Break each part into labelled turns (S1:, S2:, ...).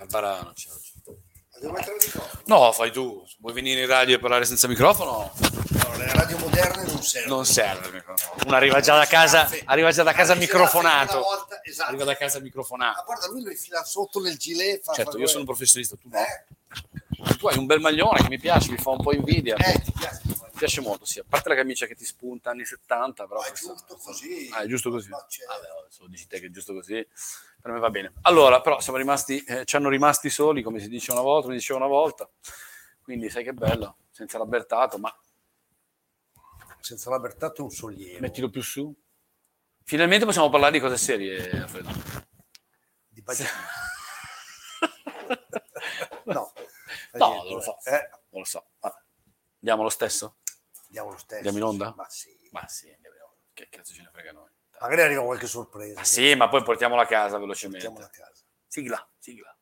S1: imparare.
S2: Ma devo mettere il microfono.
S1: No, fai tu. Vuoi venire in radio e parlare senza microfono?
S2: No, le radio moderne non servono.
S1: Non serve il microfono. Uno arriva già da casa,
S2: Grazie.
S1: arriva già da casa
S2: Arriva da casa
S1: microfonato.
S2: una volta, esatto.
S1: Arriva da casa
S2: Ma
S1: microfonato.
S2: guarda, lui lo infila sotto nel gilet. Fa
S1: Certo,
S2: fa-
S1: io sono un professionista, tu no.
S2: Eh,
S1: Tu hai un bel maglione che mi piace, mi fa un po' invidia. Mi
S2: eh, ti piace.
S1: piace molto, sì. A parte la camicia che ti spunta anni 70, però...
S2: No, è
S1: questa-
S2: giusto certo. così.
S1: Ah, è giusto così.
S2: No, c'è-
S1: Vabbè, adesso dici te che è giusto così, per me va bene. Allora, però siamo rimasti, eh, ci hanno rimasti soli, come si dice una volta, mi diceva una volta. Quindi sai che bello, senza l'Albertato, ma
S2: Senza la Bertato è un sollievo.
S1: mettilo più su. Finalmente possiamo parlare di cose serie, Alfredo.
S2: Di Bagnini. No.
S1: No,
S2: Niente,
S1: non lo so.
S2: eh,
S1: Non lo so. Vabbè. Andiamo lo stesso?
S2: andiamo lo stesso.
S1: Andiamo in onda?
S2: Ma sì.
S1: Ma sì, andiamo. che cazzo ce ne frega noi.
S2: Magari arriva qualche sorpresa.
S1: Ma sì, ma poi portiamola a casa velocemente.
S2: Portiamola a casa.
S1: Sigla, sigla.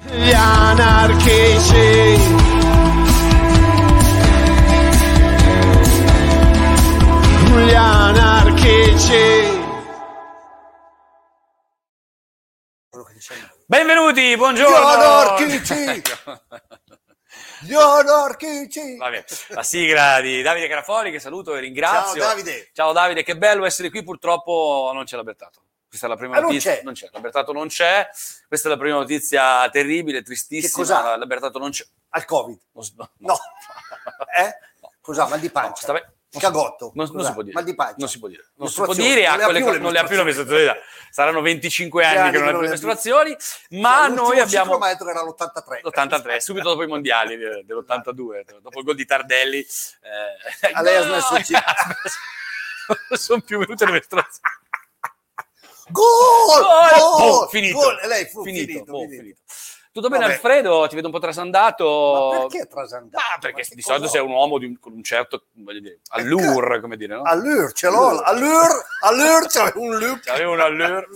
S3: Gli anarchici. Gli anarchici.
S4: Eh,
S2: Quello che diciamo.
S1: Benvenuti, buongiorno. Ecco,
S2: Buongiorno, Gli anarchici.
S1: Va bene. La sigla di Davide Carafori che saluto e
S2: Ciao
S1: ringrazio.
S2: Davide.
S1: Ciao Davide, che bello essere qui. Purtroppo non c'è l'Albertato. Questa è la prima
S2: Ah, non
S1: notizia.
S2: c'è?
S1: l'Albertato non c'è. Questa è la prima notizia terribile,
S2: Che cos'ha?
S1: tristissima. L'Albertato non c'è.
S2: Al Covid.
S1: Non s- no.
S2: No. Eh?
S1: No.
S2: Cos'ha? Mal di pancia.
S1: No, sta be-
S2: Cagotto.
S1: Non, non
S2: Cos'ha?
S1: si può dire.
S2: Mal di pancia.
S1: Non si può dire. Non si può
S2: Mestruazioni.
S1: dire, ha
S2: Non le ha
S1: quelle
S2: più
S1: co-
S2: le
S1: non le ha più la
S2: mestruazioni.
S1: mestruazione. Saranno 25 anni che
S2: Anni
S1: non
S2: che
S1: ha più
S2: non
S1: le
S2: le ha più.
S1: mestruazioni, ma
S2: Cioè, l'ultimo
S1: noi abbiamo
S2: ciclo mi ha detto che era l'83.
S1: l'83, subito dopo i mondiali de- dell'82, dopo il gol di Tardelli. Eh,
S2: A Ah, lei ha smesso il ciclo.
S1: Non sono più venute le mestruazioni.
S2: Gol!
S1: Gol!
S2: Gol!
S1: Boh, finito.
S2: Gol! E lei fu
S1: finito,
S2: finito.
S1: boh,
S2: finito.
S1: finito. Tutto bene
S2: Vabbè.
S1: Alfredo? Ti vedo un po' trasandato.
S2: Ma perché trasandato?
S1: Ah,
S2: Ma
S1: perché
S2: che
S1: di solito
S2: cos'ho?
S1: sei un uomo di un- con un certo voglio dire, allure, come dire, no?
S2: Allure, ce l'ho. Allure, allure, c'è un loop.
S1: C'avevo un allure.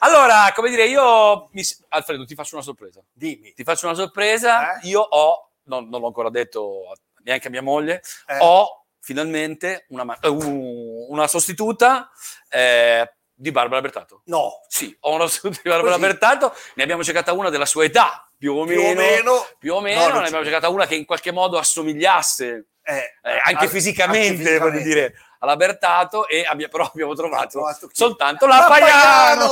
S1: Allora, come dire, io mi s- Alfredo, ti faccio una sorpresa.
S2: Dimmi.
S1: Ti faccio una sorpresa.
S2: Eh?
S1: Io ho, no, non l'ho ancora detto a- neanche a mia moglie,
S2: Eh,
S1: ho finalmente una, ma- eh, un- una sostituta eh, di Barbara Bertato.
S2: No.
S1: Sì, ho una sostituta di Barbara
S2: Così.
S1: Bertato, ne abbiamo cercata una della sua età, più o
S2: Più
S1: meno.
S2: o meno.
S1: più o meno,
S2: No, non
S1: ne
S2: ci
S1: abbiamo
S2: credo.
S1: cercata una che in qualche modo assomigliasse
S2: eh,
S1: eh, anche
S2: al-
S1: fisicamente,
S2: anche fisicamente.
S1: voglio dire, alla Bertato e abbia- però abbiamo trovato
S2: Trovato chi?
S1: soltanto
S2: La
S1: la Paiano.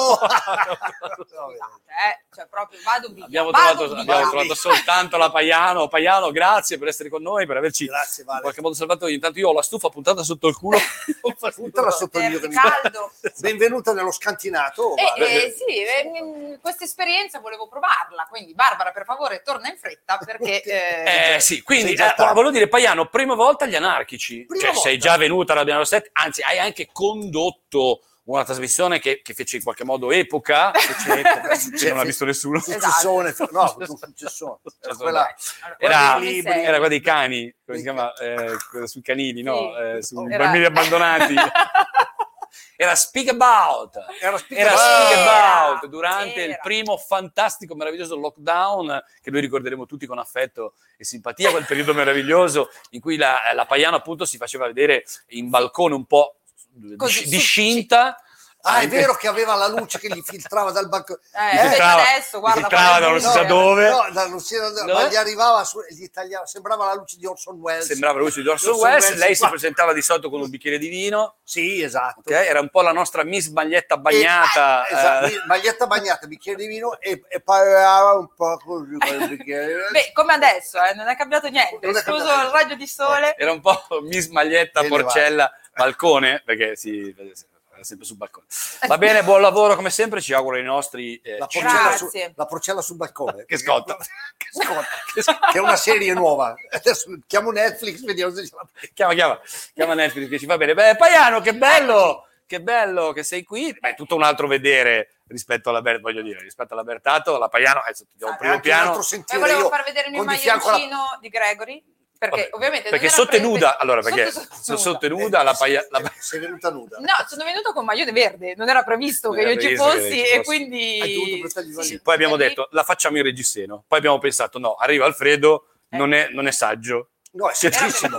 S2: Paiano!
S4: Eh, cioè proprio vado via.
S1: abbiamo
S4: vado
S1: trovato,
S4: via.
S1: abbiamo
S2: Vado
S1: trovato
S2: via.
S1: soltanto la Paiano. Paiano, grazie per essere con noi, per averci
S2: Grazie,
S1: in
S2: Vale.
S1: qualche modo salvato. Intanto io ho la stufa puntata sotto il culo. Eh,
S2: Puntala sotto il
S4: Per
S2: mio
S4: il
S2: canile.
S4: caldo.
S2: Benvenuta nello scantinato.
S4: Eh,
S2: Vale.
S4: eh, sì, eh, mh, questa esperienza volevo provarla, quindi Barbara per favore torna in fretta perché... eh,
S1: Eh, sì, quindi
S2: Sei già
S1: eh,
S2: stato.
S1: volevo dire, Paiano, prima volta agli anarchici,
S2: Prima
S1: cioè sei
S2: volta.
S1: già venuta alla Biennale Rossetti, anzi hai anche condotto una trasmissione che, che fece in qualche modo epoca, fece epoca, che non l'ha visto nessuno.
S2: Successone,
S4: esatto.
S2: no, ha avuto un successone.
S1: Successone.
S2: Quella-
S4: allora,
S1: Era,
S4: guarda che sei.
S1: era quella dei cani, come si
S2: Dei
S1: chiama? Eh, quella sui canini, no?
S4: Sì.
S1: Eh, sui
S4: Era-
S1: bambini abbandonati. Era Speak About.
S2: Era Speak
S1: Era
S2: About.
S1: Speak
S4: Era,
S1: About durante
S4: Ah! era.
S1: il primo fantastico, meraviglioso lockdown eh, che noi ricorderemo tutti con affetto e simpatia, quel periodo meraviglioso in cui la, la Paiano appunto si faceva vedere in balcone un po'
S4: Così,
S1: disci-
S4: su-
S1: discinta.
S2: Ah, è
S1: Anche-
S2: vero che aveva la luce che gli filtrava dal balcone.
S4: Eh,
S1: si filtrava-
S4: adesso, guarda,
S1: si filtrava
S4: guarda
S1: da non
S4: il eh.
S1: si sa
S4: mondo.
S1: dove.
S2: No, da Luciano,
S1: Dove?
S2: ma gli arrivava, su, gli tagliava, sembrava la luce di Orson Welles.
S1: Sembrava la luce di Orson
S2: Orson
S1: Welles,
S2: Welles
S1: lei si
S2: qua.
S1: presentava di solito con un bicchiere di vino.
S2: Sì, esatto.
S1: Ok, Era un po' la nostra Miss Maglietta Bagnata.
S2: E- esatto,
S1: eh,
S2: maglietta bagnata, bicchiere di vino e, e parlava un po' così con il bicchiere.
S4: Beh, come adesso, eh, non è cambiato niente,
S2: Non è
S4: escluso
S2: cambiato
S4: il raggio di sole.
S1: Era un po' Miss Maglietta
S2: Bene,
S1: Porcella Balcone, perché si era sempre sul balcone. Va bene, buon lavoro come sempre, ci auguro i nostri eh,
S2: la,
S1: cinque-
S2: porcella su-
S4: Grazie.
S2: la porcella sul balcone.
S1: che scotta.
S2: Che scotta.
S1: Che scotta.
S2: Che è una serie nuova. Adesso chiamo Netflix, vediamo se ce la
S1: chiama, chiama, chiama Netflix che ci fa bene. Beh, Paiano, che bello, che bello che sei qui. Beh, è tutto un altro vedere rispetto alla Ber- voglio dire, rispetto alla Bertato, la Paiano, adesso ti do un
S4: Ah,
S1: primo
S2: Anche un
S1: piano. Eh,
S2: altro
S4: Poi
S2: sentiero,
S4: volevo
S2: io
S4: far vedere il mio
S2: con di fianco la-
S4: maglioncino di Gregory, perché
S1: Vabbè,
S4: ovviamente...
S1: perché
S4: non era
S1: sotto è
S4: pre-
S1: nuda, allora perché
S4: sotto- sotto
S1: sotto,
S4: nuda.
S1: è nuda la Paiano... la-
S2: Eh, Sei venuta nuda.
S4: No, sono venuto con maglione verde, non era previsto
S1: Non
S4: che
S1: era
S4: io ci
S1: previsto che lei
S4: fossi
S1: ci
S4: e
S1: fosse.
S2: Hai dovuto
S4: quindi...
S2: prestargli i
S1: Sì,
S2: valori.
S1: poi abbiamo
S4: E lì-
S1: detto la facciamo in reggiseno. Poi abbiamo pensato: no, arriva Alfredo,
S4: Eh.
S1: non è, non è saggio.
S2: No, è semplicissimo.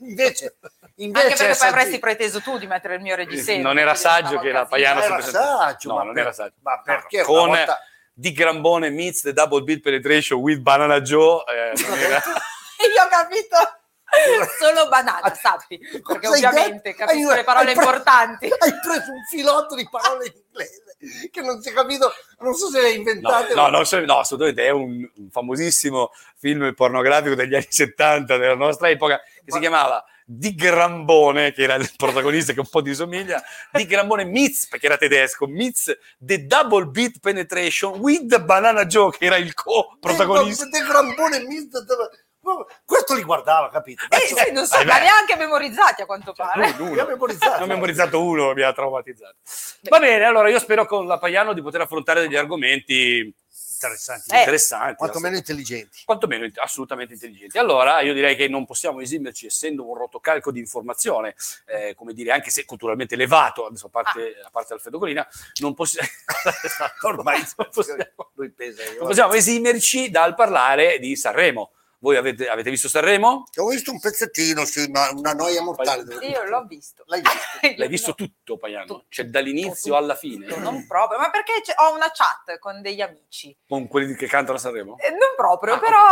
S2: Invece, invece
S4: Anche perché
S2: è
S4: poi avresti
S2: semplicissimo.
S4: preteso tu di mettere il mio reggiseno.
S1: Non era
S4: quindi
S1: saggio
S4: stavo
S1: che la
S4: casino.
S1: Paiano
S2: Ma
S1: si
S2: era
S1: presentasse.
S2: saggio,
S1: No,
S2: ma
S1: non
S2: per-
S1: era saggio.
S2: ma perché
S1: Con
S2: una volta-
S1: Di Grambone meets the double beat penetration with Banana Joe. eh, non era-
S4: Io ho capito solo banana, sappi, perché
S2: Cosa hai
S4: ovviamente
S2: detto?
S4: capisco
S2: Hai-
S4: le parole
S2: hai pre-
S4: importanti.
S2: Hai preso un filotto di parole in inglese che non si è capito, non so se le hai
S1: No,
S2: inventate.
S1: no,
S2: ma-
S1: no, so- no, assolutamente è un, un famosissimo film pornografico degli anni 70 della nostra epoca che si chiamava Di Grambone, che era il protagonista che un po' ti somiglia, Di Grambone Mitz, perché era tedesco, Mitz The Double Beat Penetration with Banana Joe, che era il co-protagonista.
S2: Del grambone misto. ma- Questo li guardava, capito?
S4: Eh,
S2: Cazzo,
S4: sì, non so,
S1: dai,
S4: ma
S1: beh.
S4: neanche memorizzati a quanto pare.
S1: Esatto. Lui,
S2: li ha
S1: uno.
S2: memorizzato.
S1: Ne ho memorizzato uno, mi ha traumatizzato. Va bene, allora io spero con la Paiano di poter affrontare degli argomenti interessanti,
S4: Eh,
S1: interessanti
S2: Quantomeno intelligenti.
S1: quantomeno int- assolutamente intelligenti. Allora io direi che non possiamo esimerci, essendo un rotocalco di informazione, eh, come dire, anche se culturalmente elevato, adesso a parte, a parte Alfredo Colina, non, possi- ormai non possiamo,
S2: Lui pesa. io-
S1: non possiamo esimerci dal parlare di Sanremo. Voi avete, avete visto Sanremo?
S2: Ho visto un pezzettino, sì, ma una noia mortale.
S1: Fai-
S4: Io l'ho visto.
S2: L'hai visto?
S1: L'hai visto tutto, Paiano?
S4: Tutto.
S1: Cioè dall'inizio alla fine,
S4: No, Non proprio, ma perché c'è- ho una chat con degli amici.
S1: con quelli che cantano a Sanremo?
S4: Eh, Non proprio,
S1: Ah,
S4: però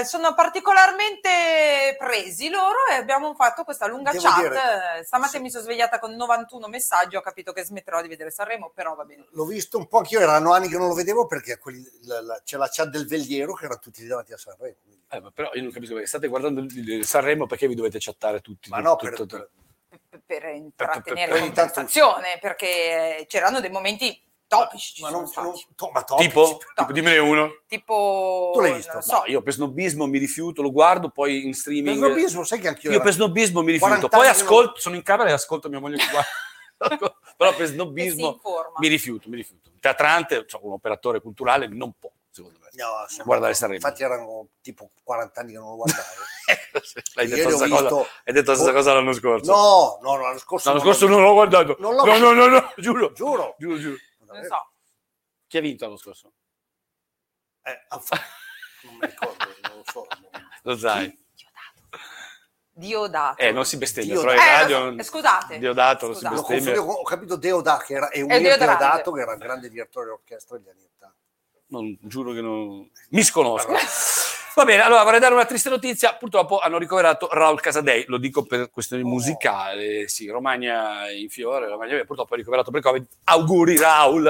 S4: eh, sono particolarmente presi loro e abbiamo fatto questa lunga
S2: Devo
S4: chat.
S2: dire-
S4: Eh, Stamattina mi sono svegliata con 91 messaggi, ho capito che smetterò di vedere Sanremo, però va bene.
S2: L'ho visto un po' anch'io, erano anni che non lo vedevo perché quelli- la- la- c'è la chat del Vegliero che era tutti davanti a Sanremo. quindi-
S1: Eh, ma però io non capisco perché state guardando il- il Sanremo perché vi dovete chattare tutti.
S2: Ma no,
S1: tutto-
S2: per,
S1: tutto-
S2: per-
S4: Per- Per intrattenere
S1: per-
S2: ogni tanto-
S4: conversazione, perché c'erano dei momenti topici. ci
S2: ma
S4: sono
S2: non,
S4: stati.
S2: non- to- ma topici.
S1: Tipo? tipo? Dimmene uno.
S4: tipo
S2: Tu l'hai visto?
S4: non lo
S1: No,
S4: so,
S1: io per snobismo mi rifiuto, lo guardo poi in
S2: Per
S1: streaming.
S2: snobismo, sai che anch'io.
S1: Io
S2: era-
S1: per snobismo mi rifiuto,
S2: 40
S1: poi
S2: anni che
S1: ascolto, sono in camera e ascolto mia moglie che guarda. Però per
S4: che si
S1: snobismo
S4: informa.
S1: mi rifiuto, mi rifiuto. Teatrante, cioè un operatore culturale, non può, secondo me.
S2: No, sono-
S1: Guardare Sanremo.
S2: Infatti erano tipo 40 anni che non lo guardavo.
S1: Hai detto,
S2: Ieri
S1: la
S2: ho
S1: stessa cosa,
S2: visto-
S1: hai detto la stessa
S2: Oh.
S1: cosa l'anno scorso.
S2: No, no, no, l'anno scorso.
S1: l'anno
S2: non l'ho
S1: scorso
S2: visto.
S1: non l'ho guardato.
S2: Non l'ho
S1: no, no,
S2: visto.
S1: no, no, giuro.
S2: Giuro.
S1: Giuro, giuro.
S4: non so.
S1: Chi ha vinto l'anno scorso?
S2: Eh, ha fa- non mi ricordo, non lo so.
S1: Lo sai.
S4: Diodato.
S1: Eh, non si bestemmia,
S2: Dio-
S1: però
S2: Eh,
S1: il
S4: lo
S1: radio...
S4: so, eh, scusate.
S1: Diodato, non si
S4: Scusate.
S2: Lo
S1: bestemmia.
S2: confondo con- ho capito Deodato che era e un
S4: Deodato.
S2: Deodato che era un grande direttore d'orchestra degli anni 80.
S1: Non, giuro che non... Mi sconosco. Va bene, allora vorrei dare una triste notizia. Purtroppo hanno ricoverato Raul Casadei, lo dico per questioni
S2: Oh.
S1: musicali. Sì, Romagna in fiore, Romagna via, purtroppo ha ricoverato per Covid. Auguri Raul,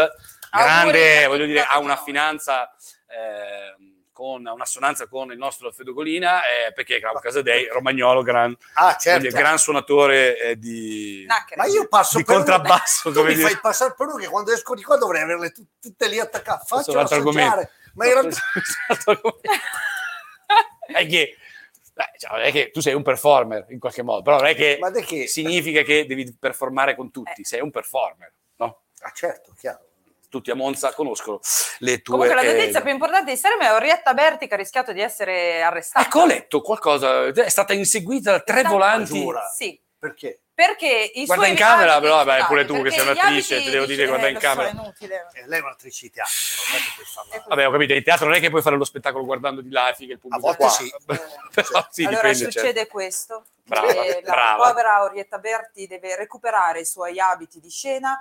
S1: grande,
S4: Auguri.
S1: voglio dire, ha una
S4: No.
S1: finanza ehm, con un'assonanza con il nostro Alfredo Colina, eh, perché Raul Casadei, romagnolo, gran,
S2: Ah,
S1: voglio
S2: certo.
S1: dire, gran suonatore eh, di,
S4: Nacchere.
S2: Ma io passo
S1: di
S2: per
S1: contrabbasso,
S2: uno- tu
S1: come
S2: mi
S1: dire.
S2: fai passare per uno che quando esco di qua dovrei averle tut- tutte lì attaccate.
S1: Questo è
S2: Faccio
S1: un altro
S2: assaggiare.
S1: argomento.
S2: Ma in realtà
S4: esatto.
S1: è che, beh, cioè, non è che tu sei un performer in qualche modo, però non è che
S2: Ma di che?
S1: significa che devi performare con
S4: Eh.
S1: tutti, sei un performer, no?
S2: Ah, certo, chiaro.
S1: Tutti a Monza conoscono le tue...
S4: Comunque la notizia
S1: eh,
S4: più importante di Sanremo è Orietta Berti che ha rischiato di essere arrestata.
S1: Ecco, ho letto qualcosa, è stata inseguita da tre
S4: Esatto.
S1: volanti.
S2: Giura. ora.
S4: Sì,
S2: Perché?
S4: perché i
S1: Guarda
S4: suoi
S1: in camera,
S4: abiti-
S1: però, vabbè, pure tu
S4: perché
S1: che sei
S4: gli
S1: un'attrice,
S4: abiti
S1: ti devo dire,
S4: dice,
S1: guarda
S4: eh,
S1: in
S4: lo so,
S1: camera.
S4: è inutile.
S2: Eh, lei è un'attrice di teatro, non è che puoi farla.
S1: Vabbè, ho capito, in teatro non è che puoi fare lo spettacolo guardando di là, figa, il
S2: A
S1: pubblico è
S2: volte
S1: qua.
S2: sì.
S1: Però sì,
S4: Cioè, allora
S1: dipende, certo.
S4: succede questo,
S1: Brava,
S4: che la
S1: brava.
S4: povera Orietta Berti deve recuperare i suoi abiti di scena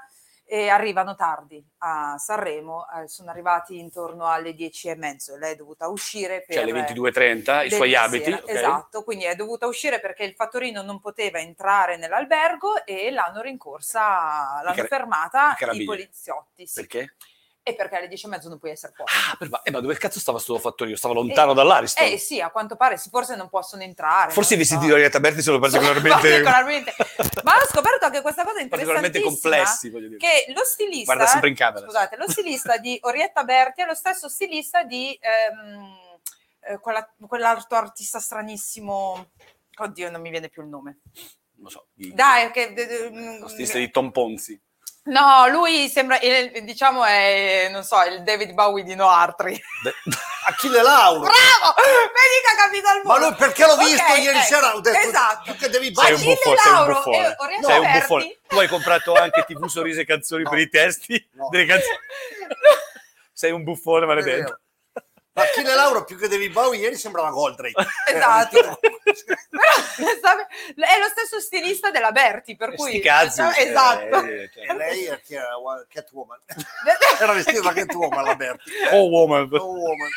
S4: e arrivano tardi a Sanremo, eh, sono arrivati intorno alle 10 e mezzo, lei è dovuta uscire per...
S1: Cioè alle 22.30, i
S4: della
S1: suoi
S4: sera.
S1: abiti, ok?
S4: Esatto, quindi è dovuta uscire perché il fattorino non poteva entrare nell'albergo e l'hanno rincorsa, l'hanno
S1: car- i
S4: fermata i,
S1: carabinieri.
S4: poliziotti. sì.
S1: Perché?
S4: E perché alle 10 e mezzo non puoi essere fuori.
S1: Ah, per- ma- eh, ma dove cazzo stava sto fattorio? Stava lontano dall'Ariston.
S4: Eh sì, a quanto pare sì, forse non possono entrare.
S1: Forse i
S4: non so.
S1: vestiti di Orietta Berti sono particolarmente,
S4: Particolarmente. Ma ho scoperto anche questa cosa
S1: particolarmente
S4: interessantissima
S1: complessi, voglio dire.
S4: che lo stilista
S1: Guarda sempre in camera.
S4: Scusate, lo stilista di Orietta Berti è lo stesso stilista di ehm, eh, quella- quell'altro artista stranissimo. Oddio, non mi viene più il nome.
S1: Non so. i-
S4: Dai, che
S1: Lo stilista di Tom Ponzi.
S4: mm, No, lui sembra eh, diciamo è non so, il David Bowie di Noartri.
S1: De-
S2: Achille Lauro.
S4: Bravo! Vedi che ha capito al
S2: Ma
S4: mondo.
S2: lui perché l'ho
S4: Ok,
S2: visto ieri
S4: ecco,
S2: sera? Ho detto
S4: Esatto.
S2: che
S1: Sei un
S2: devi baciare.
S4: Achille
S1: buffone, sei un
S4: Lauro eh,
S1: buffone.
S4: e Orietta
S1: Sei un
S4: Berti.
S1: buffone. Tu hai comprato anche TV Sorrisi e Canzoni
S2: No.
S1: per i testi
S2: No.
S1: delle canzoni. Sei un buffone
S2: È vero.
S1: maledetto.
S2: Ma Achille Lauro più che devi Bowie ieri sembrava Goldrake.
S4: Esatto. Però, sa- è lo stesso stilista della Berti, per cui...
S1: Sti cazzi.
S4: Esatto.
S1: eh, cioè,
S2: E lei è chi era? Wa- Catwoman. Era vestita da Catwoman la Berti.
S1: oh, woman.
S2: Oh, woman.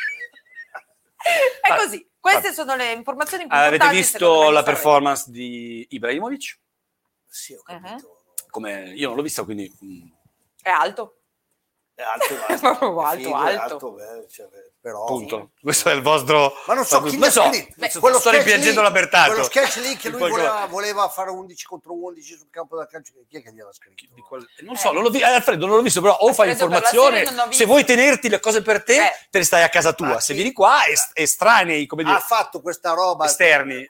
S4: È così. Queste sono le informazioni più
S1: Avete
S4: importanti,
S1: visto
S4: secondo
S1: la
S4: me, di Sanremo.
S1: performance di Ibrahimovic?
S2: Sì, ho capito.
S4: Uh-huh.
S1: Come io non l'ho vista, quindi mm,
S4: È alto.
S2: È alto, è
S4: Proprio
S2: È
S4: alto,
S2: è
S4: alto.
S2: eh, cioè, però...
S1: punto. Questo è il vostro.
S2: Ma non so chi
S1: lo so.
S2: quindi,
S1: Beh, sto
S2: quello
S1: sto
S2: sketch
S1: rimpiangendo
S2: lì-
S1: la Bertato.
S2: Quello sketch lì che lui
S1: Di qualcosa-
S2: voleva, voleva fare 11 contro 11 sul campo da calcio. Chi è che gliel'ha scritto?
S1: di quel- Non so, non l'ho vi- eh, Alfredo, non l'ho visto, però o fai
S4: Alfredo, per la
S1: informazione,
S4: serie non ho visto.
S1: se vuoi tenerti le cose per te,
S4: Eh.
S1: te ne stai a casa tua, se
S2: Ah, sì. Ah,
S1: vieni qua, est- estranei, come dire.
S2: ha fatto questa roba
S1: Esterni.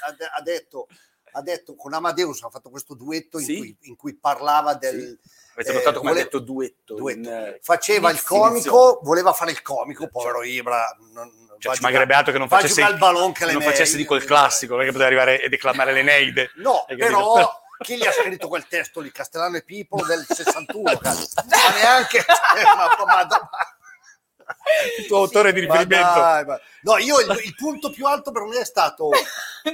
S2: ha, ha detto ha detto con Amadeus ha fatto questo duetto
S1: Sì.
S2: in, cui, in cui parlava del
S1: Avete
S2: eh,
S1: notato come
S2: vole-
S1: ha detto duetto.
S2: duetto.
S1: in, eh,
S2: faceva il
S1: definizione.
S2: comico voleva fare il comico
S1: Cioè,
S2: povero Ibra non,
S1: Cioè,
S2: va
S1: ci
S2: a
S1: mancherebbe
S2: giocare-
S1: altro che non
S2: va a
S1: facesse,
S2: giocare al ballon che
S1: che
S2: le
S1: non
S2: meglio,
S1: facesse di quel
S2: eh.
S1: classico, non è che poteva arrivare e declamare l'Eneide.
S2: no
S1: Hai capito?
S2: però chi gli ha scritto quel testo lì Castellano e Pipolo del 61 cazzo. ma neanche ma, ma, ma-
S1: il tuo autore di
S2: Ma
S1: riferimento.
S2: dai, ma- No, io il, il punto più alto per me è stato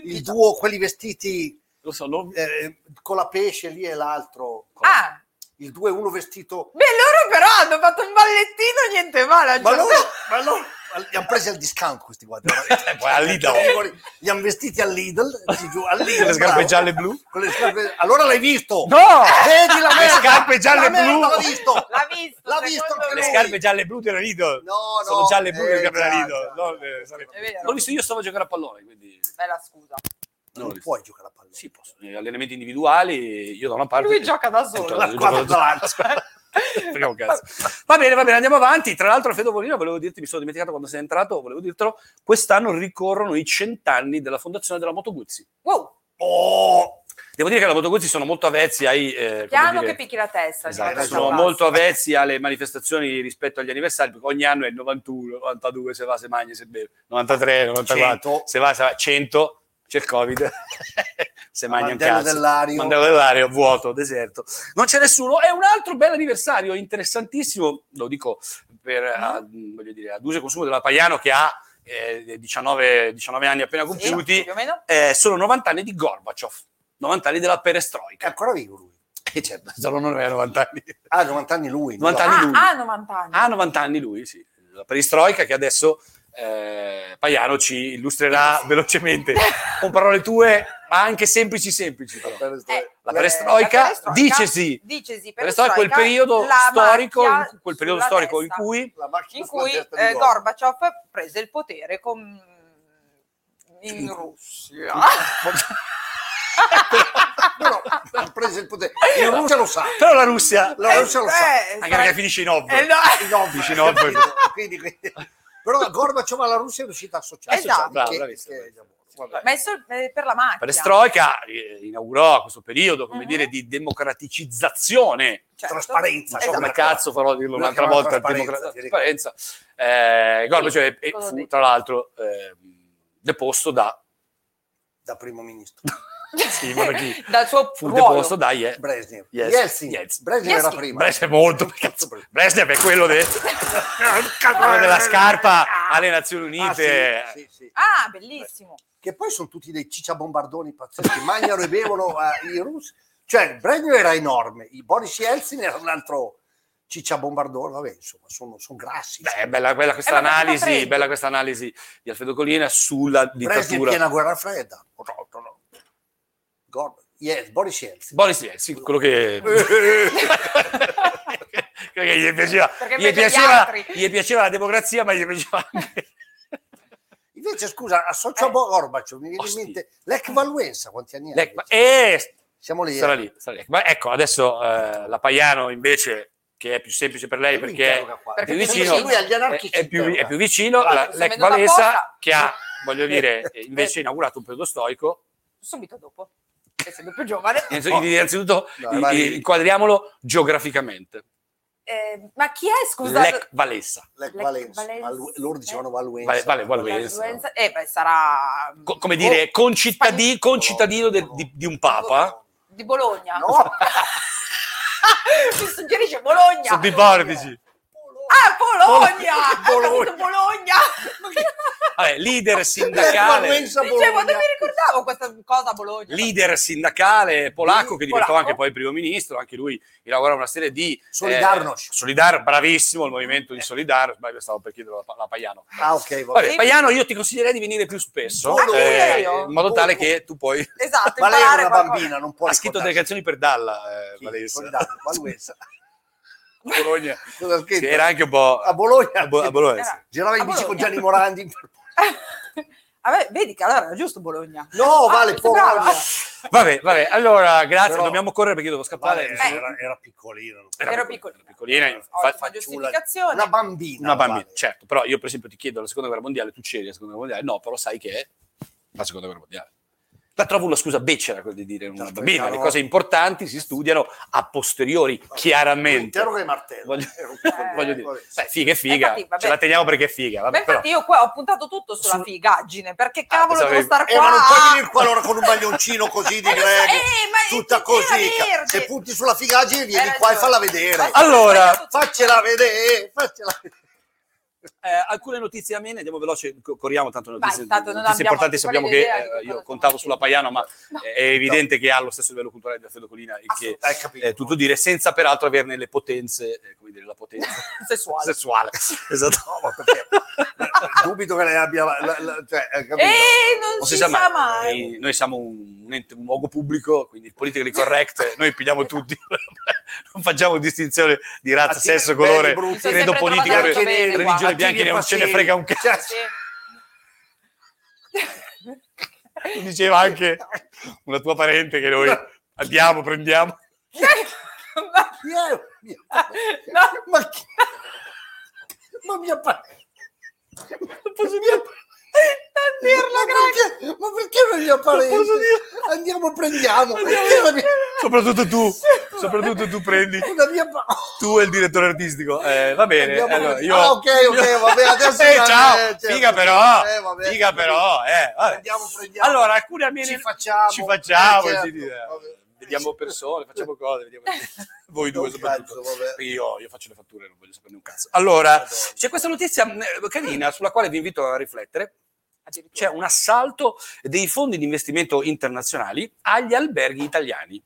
S2: il duo, quelli vestiti
S1: Lo so, non-
S2: eh, con la pesce lì e l'altro.
S4: Ah,
S2: Il duo e uno vestito.
S4: beh, loro però hanno fatto un ballettino, niente male. a
S2: Ma loro,
S4: giocare.
S2: ma loro ma li hanno presi al discount questi qua.
S1: Poi al Lidl.
S2: Li hanno vestiti al Lidl, sì, giù, al Lidl,
S1: Con le scarpe
S2: bravo.
S1: gialle e blu?
S2: Con le scarpe- Allora l'hai visto?
S1: No!
S2: oh. Ah, Vedi la
S1: Le
S2: merda!
S1: scarpe gialle
S2: La
S1: e blu.
S2: merda, L'ha visto!
S4: L'ha visto,
S2: L'ha visto
S4: secondo
S2: anche
S4: me.
S1: Le
S2: lui.
S1: scarpe gialle e blu della Lidl.
S2: No, no.
S1: Sono gialle e blu delle
S2: eh,
S1: scarpe della
S2: già,
S1: Lidl.
S2: già,
S1: No,
S2: già.
S1: eh, sarebbe-
S4: È vero.
S1: L'ho visto io, stavo a giocare a pallone, quindi...
S4: Bella scusa.
S1: No,
S2: Non puoi giocare a pallone.
S1: Sì, posso. Eh, Allenamenti individuali, io da una parte...
S4: Lui gioca da solo.
S1: Gioca
S2: La
S1: Io
S2: squadra
S1: gioco-
S2: davanti.
S1: Freghiamo un cazzo. Va bene, va bene, andiamo avanti. Tra l'altro, Alfredo Bonino, volevo dirti, mi sono dimenticato quando sei entrato, volevo dirtelo, quest'anno ricorrono i cent'anni della fondazione della Moto Guzzi.
S4: Wow,
S1: Oh! Devo dire che la Moto Guzzi sono molto avezzi ai... eh, come
S4: piano
S1: dire-
S4: che picchi la testa.
S1: Esatto,
S4: diciamo,
S1: sono
S4: basta.
S1: molto avezzi alle manifestazioni rispetto agli anniversari, perché ogni anno è il 91, 92, se va, se mangia, se beve, 93, 94,
S2: 100.
S1: se va, se va, 100, c'è il Covid, se mangia un
S2: Mandello
S1: cazzo.
S2: dell'ario.
S1: Mandello dell'aria, vuoto, deserto. Non c'è nessuno, è un altro bel anniversario, interessantissimo, lo dico per, a- voglio dire, ad uso e consumo della Paiano che ha eh, 19, 19 anni appena
S4: Sì,
S1: compiuti,
S4: più o meno.
S1: eh, sono 90 anni di Gorbaciov, 90 anni della
S2: È
S1: perestroica.
S2: ancora vivo lui.
S1: E certo, solo non aveva 90 anni.
S2: Ah, 90 anni lui.
S1: 90 anni
S4: Ah,
S1: lui.
S4: ha 90 anni.
S1: Ha 90 anni lui, sì. La peristroica che adesso eh, Paiano ci illustrerà velocemente con parole tue, ma anche semplici semplici. però.
S4: Eh,
S1: La perestroica, dicesi.
S4: dicesi,
S1: Perestroica è quel
S4: perestroica,
S1: periodo
S4: la
S1: storico,
S4: macchia
S1: in- quel periodo
S4: sulla
S1: storico in
S4: testa.
S1: cui
S4: in cui eh, Gorbaciov prese il potere con... in Russia.
S2: ha preso il potere. In Russia lo sa.
S1: però la Russia
S2: La Russia lo sa.
S4: Eh,
S1: anche perché finisce in ovvio.
S4: Eh, no.
S2: In ovvio,
S1: Dici in ovvio.
S2: capito? Quindi- quindi- Però Gorbaciov alla Russia è riuscita a associarsi. cioè,
S4: Esatto.
S1: Bravo,
S2: Che-
S1: bravissimo.
S2: che-
S4: Ma è sol- eh, per la macchia.
S1: Perestroica eh, inaugurò questo periodo, come
S4: Mhm.
S1: dire, di democraticizzazione
S4: Certo.
S2: Trasparenza. cioè,
S1: so
S4: Esatto.
S1: come cazzo farò a dirlo
S2: Quella
S1: un'altra
S2: che chiamava
S1: volta
S2: trasparenza,
S1: democra-
S2: ti ricordo.
S1: trasparenza eh, Gorbaciov e- e
S4: cosa ho
S1: fu
S4: detto?
S1: tra l'altro ehm, deposto da
S2: Da primo ministro.
S1: sì, ma chi-
S4: Dal suo
S1: fu
S4: ruolo.
S1: deposto da Ye-
S2: Brezhnev.
S1: Yes.
S2: Yeltsin.
S1: Yes.
S2: Brezhnev era
S4: Yeltsin.
S2: prima.
S1: Brezhnev molto cazzo. Ah,
S2: Brezhnev.
S1: Brezhnev è quello, de- quello della scarpa alle Nazioni Unite
S2: Ah, sì, sì, sì.
S4: Ah, bellissimo.
S2: Che poi sono tutti dei cicciabombardoni pazzeschi, mangiano e bevono eh, i russi. Cioè, Brezhnev era enorme, i Boris Yeltsin era un altro cicciabombardone, vabbè, insomma, sono, sono grassi.
S1: Beh, è bella, bella questa
S4: Eh, ma perché fa
S1: analisi
S4: freddo?
S1: bella questa analisi di Alfredo Colina sulla
S2: Brezhnev
S1: dittatura
S2: piena guerra fredda. No, no, no. Gor- Yes, Boris Yeltsin.
S1: Boris Yeltsin quello che quello che gli piaceva,
S4: Perché
S1: gli,
S4: piace agli
S1: piaceva
S4: altri.
S1: gli piaceva la democrazia ma gli piaceva anche
S2: Invece, scusa, associo a
S4: Eh.
S2: Gorbaciov, mi viene
S1: Osti.
S2: in mente l'Ec Valuenza, quanti anni ha?
S1: Lec- ma- eh,
S2: Siamo lì.
S1: sarà
S2: eh.
S1: lì, sarà lì. Ma ecco, adesso eh, la Paiano invece, che è più semplice per lei
S2: Lui
S1: Eh, perché
S2: interroga qua.
S1: è
S4: Perché
S1: più
S4: penso che
S1: vicino,
S4: lui
S2: agli anarchici
S1: è, è più,
S2: interroga.
S1: è più vicino, la,
S4: sto
S1: Lec
S4: mettendo una
S1: Valesa
S4: posta.
S1: che ha, voglio dire, eh, invece inaugurato un periodo storico.
S4: Subito dopo. Essendo più giovane.
S1: Innanzitutto- Innanzitutto
S2: Dai,
S1: i-
S2: vai.
S1: i- inquadriamolo geograficamente.
S4: Eh, ma chi è, scusate?
S1: Lec Valesa,
S2: L'Ec
S4: Lec
S2: Valenza.
S4: Valenza.
S2: Valu- loro dicevano
S1: Vale-
S2: Eh, Valuenza.
S1: vale, Valuenza.
S4: L'influenza- Eh, beh, sarà... mm,
S1: Co- come dire, concittadino, concittadino del- di, di un papa.
S4: Bo- di Bologna.
S2: No.
S4: Mi suggerisce Bologna.
S1: Sono bibardici.
S4: Ah, Bologna!
S2: Bologna.
S4: Bologna! Bologna.
S1: Vabbè, leader
S2: Lec
S1: sindacale.
S2: Valenza
S4: Dicevo, non mi
S2: Bologna.
S4: aspettavo questa cosa a Bologna.
S1: leader sindacale polacco
S4: Sì,
S1: che diventò
S4: polacco.
S1: anche poi primo ministro, anche lui elabora una serie di...
S2: Solidarnosc.
S1: eh, Solidar, bravissimo, il movimento di Solidar, sbaglio, stavo per chiederlo alla, alla Paiano.
S2: Ah, ok, va
S1: Vabbè,
S2: bene.
S4: Sì.
S1: Paiano, io ti consiglierei di venire più spesso,
S2: Volo.
S1: eh,
S4: Volo.
S1: in modo tale
S2: Volo.
S1: che tu puoi...
S4: Esatto,
S2: Ma lei è
S4: imparare
S2: una
S4: qualcosa.
S2: bambina, non può
S1: ha scritto delle canzoni
S2: ricordarsi.
S1: per Dalla, eh,
S2: Sì,
S1: Valenza.
S2: solidarno, Valenza.
S1: Bologna.
S2: Cosa ha scritto?
S1: Sì, era anche un po'...
S2: a Bologna.
S1: a Bo- a Bologna, sì.
S4: Era-
S2: Girava
S4: A
S2: in bici con
S4: Bologna.
S2: Gianni Morandi.
S4: Vabbè, vedi che allora era giusto Bologna.
S2: No, vale,
S4: mi sembrava-
S2: Bologna.
S1: Vabbè, vabbè, allora grazie,
S2: Però-
S1: dobbiamo correre perché io devo scappare.
S2: Vale, eh,
S4: Eh.
S2: era, era piccolino. non
S1: Era
S4: Ero
S1: piccol-
S4: piccolina.
S1: era piccolina,
S4: Ottima
S1: fa- fanciulla.
S4: giustificazione.
S2: Una bambina.
S1: Una bambina,
S2: Vale.
S1: certo, però io per esempio ti chiedo la seconda guerra mondiale, tu c'eri la seconda guerra mondiale, no, però sai che è la seconda guerra mondiale. La trovo una scusa becera quella di dire una
S2: Certo,
S1: bambina,
S2: chiaro.
S1: le cose importanti si studiano a posteriori, chiaramente.
S2: Interroga i martelli.
S1: Voglio- Eh.
S2: Era un piccolino.
S1: Voglio dire,
S2: Vabbè.
S1: beh, figa è figa,
S4: Infatti, vabbè.
S1: ce la teniamo perché è figa.
S4: Ma
S1: Vabbè, però,
S4: infatti io qua ho puntato tutto sulla
S1: Su- Ah,
S4: figaggine, perché cavolo
S1: pensavo
S4: devo
S1: che-
S4: stare qua?
S2: Eh, ma non puoi venire qua allora con un maglioncino così di
S4: Eh, lo so,
S2: greve,
S4: eh, ma
S2: tutta
S4: ti-
S2: così.
S4: era verde.
S2: Se punti sulla figaggine, vieni
S4: Hai
S2: qua e
S4: ragione.
S2: falla vedere.
S4: Ma-
S1: Allora-
S4: ma-
S2: Faccela vedere, faccela vedere.
S1: eh, alcune notizie amene, andiamo veloce, co- corriamo tanto le
S4: Vai,
S1: notizie,
S4: tanto non
S1: notizie
S4: abbiamo
S1: importanti, sappiamo che
S4: l'idea di
S1: eh,
S4: cosa
S1: io
S4: stiamo
S1: contavo sulla Paiano, ma
S4: No.
S1: è evidente che ha lo stesso livello culturale della Fedocolina e che
S2: Hai capito?
S1: eh, tutto dire, senza peraltro averne le potenze, eh, come dire, la potenza
S4: Sessuale.
S1: sessuale. Esatto.
S2: No, ma perché? Dubito che lei abbia la, la- la- cioè, hai capito?
S4: Eh, non
S1: Non
S4: si,
S1: si sa mai.
S4: mai.
S1: Noi, noi siamo un, un ente- un luogo pubblico, quindi il politically correct, eh, noi pigliamo
S4: Esatto.
S1: tutti, non facciamo distinzione di razza,
S2: Attivi-
S1: sesso,
S2: belli,
S1: colore,
S2: brutti.
S4: Sono
S1: credo
S4: sempre
S1: politica,
S4: trovato
S1: re-
S4: bene, guarda.
S1: religione bianchi,
S2: Attivi e
S1: non ce ne
S2: passivi.
S1: frega un cazzo.
S2: Cioè,
S4: Sì.
S1: Diceva anche una tua parente che noi andiamo, prendiamo.
S4: Ma-
S2: chi è? Mia-
S4: No.
S2: Ma chi? Ma mia padre.
S1: Non posso
S4: non dirlo, grazie.
S2: ma, perché, ma perché non gli apparente?
S1: Non posso dire.
S2: Andiamo, prendiamo.
S1: Andiamo.
S2: Perché la mia-
S1: Soprattutto tu, soprattutto tu prendi.
S2: la mia pa-
S1: Tu e il direttore artistico. Eh, va bene.
S2: Andiamo-
S1: allora, io...
S2: Ah, ok, ok, va bene, adesso
S1: Eh,
S2: va
S1: ciao,
S2: bene, certo.
S1: figa però,
S2: Eh, va bene,
S1: figa
S2: va bene.
S1: però, eh, vabbè.
S2: Andiamo, prendiamo.
S1: Allora, alcuni ameni
S2: ci facciamo.
S1: ci facciamo,
S2: Eh, certo,
S1: ci- eh,
S2: vabbè.
S1: vediamo persone, facciamo cose, vediamo voi due
S2: Un
S1: soprattutto.
S2: cazzo, vabbè.
S1: Perché io, io faccio le fatture, non voglio saperne un cazzo. Allora, c'è questa notizia mh, carina sulla quale vi invito a riflettere. C'è un assalto dei fondi di investimento internazionali agli alberghi italiani.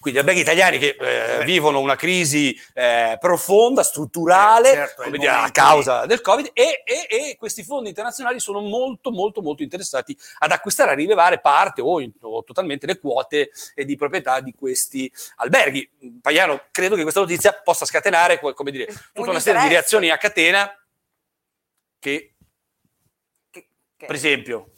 S1: Quindi alberghi italiani che eh, vivono una crisi eh, profonda, strutturale,
S2: Eh, certo, è
S1: come
S2: il
S1: dire, a
S2: momento
S1: causa del Covid, e, e- e questi fondi internazionali sono molto, molto, molto interessati ad acquistare, a rilevare parte o, in- o totalmente le quote eh, di proprietà di questi alberghi. Paiano, credo che questa notizia possa scatenare, co- come dire, tutta una serie di
S4: interesse.
S1: reazioni a catena che,
S4: Che- che-
S1: per esempio,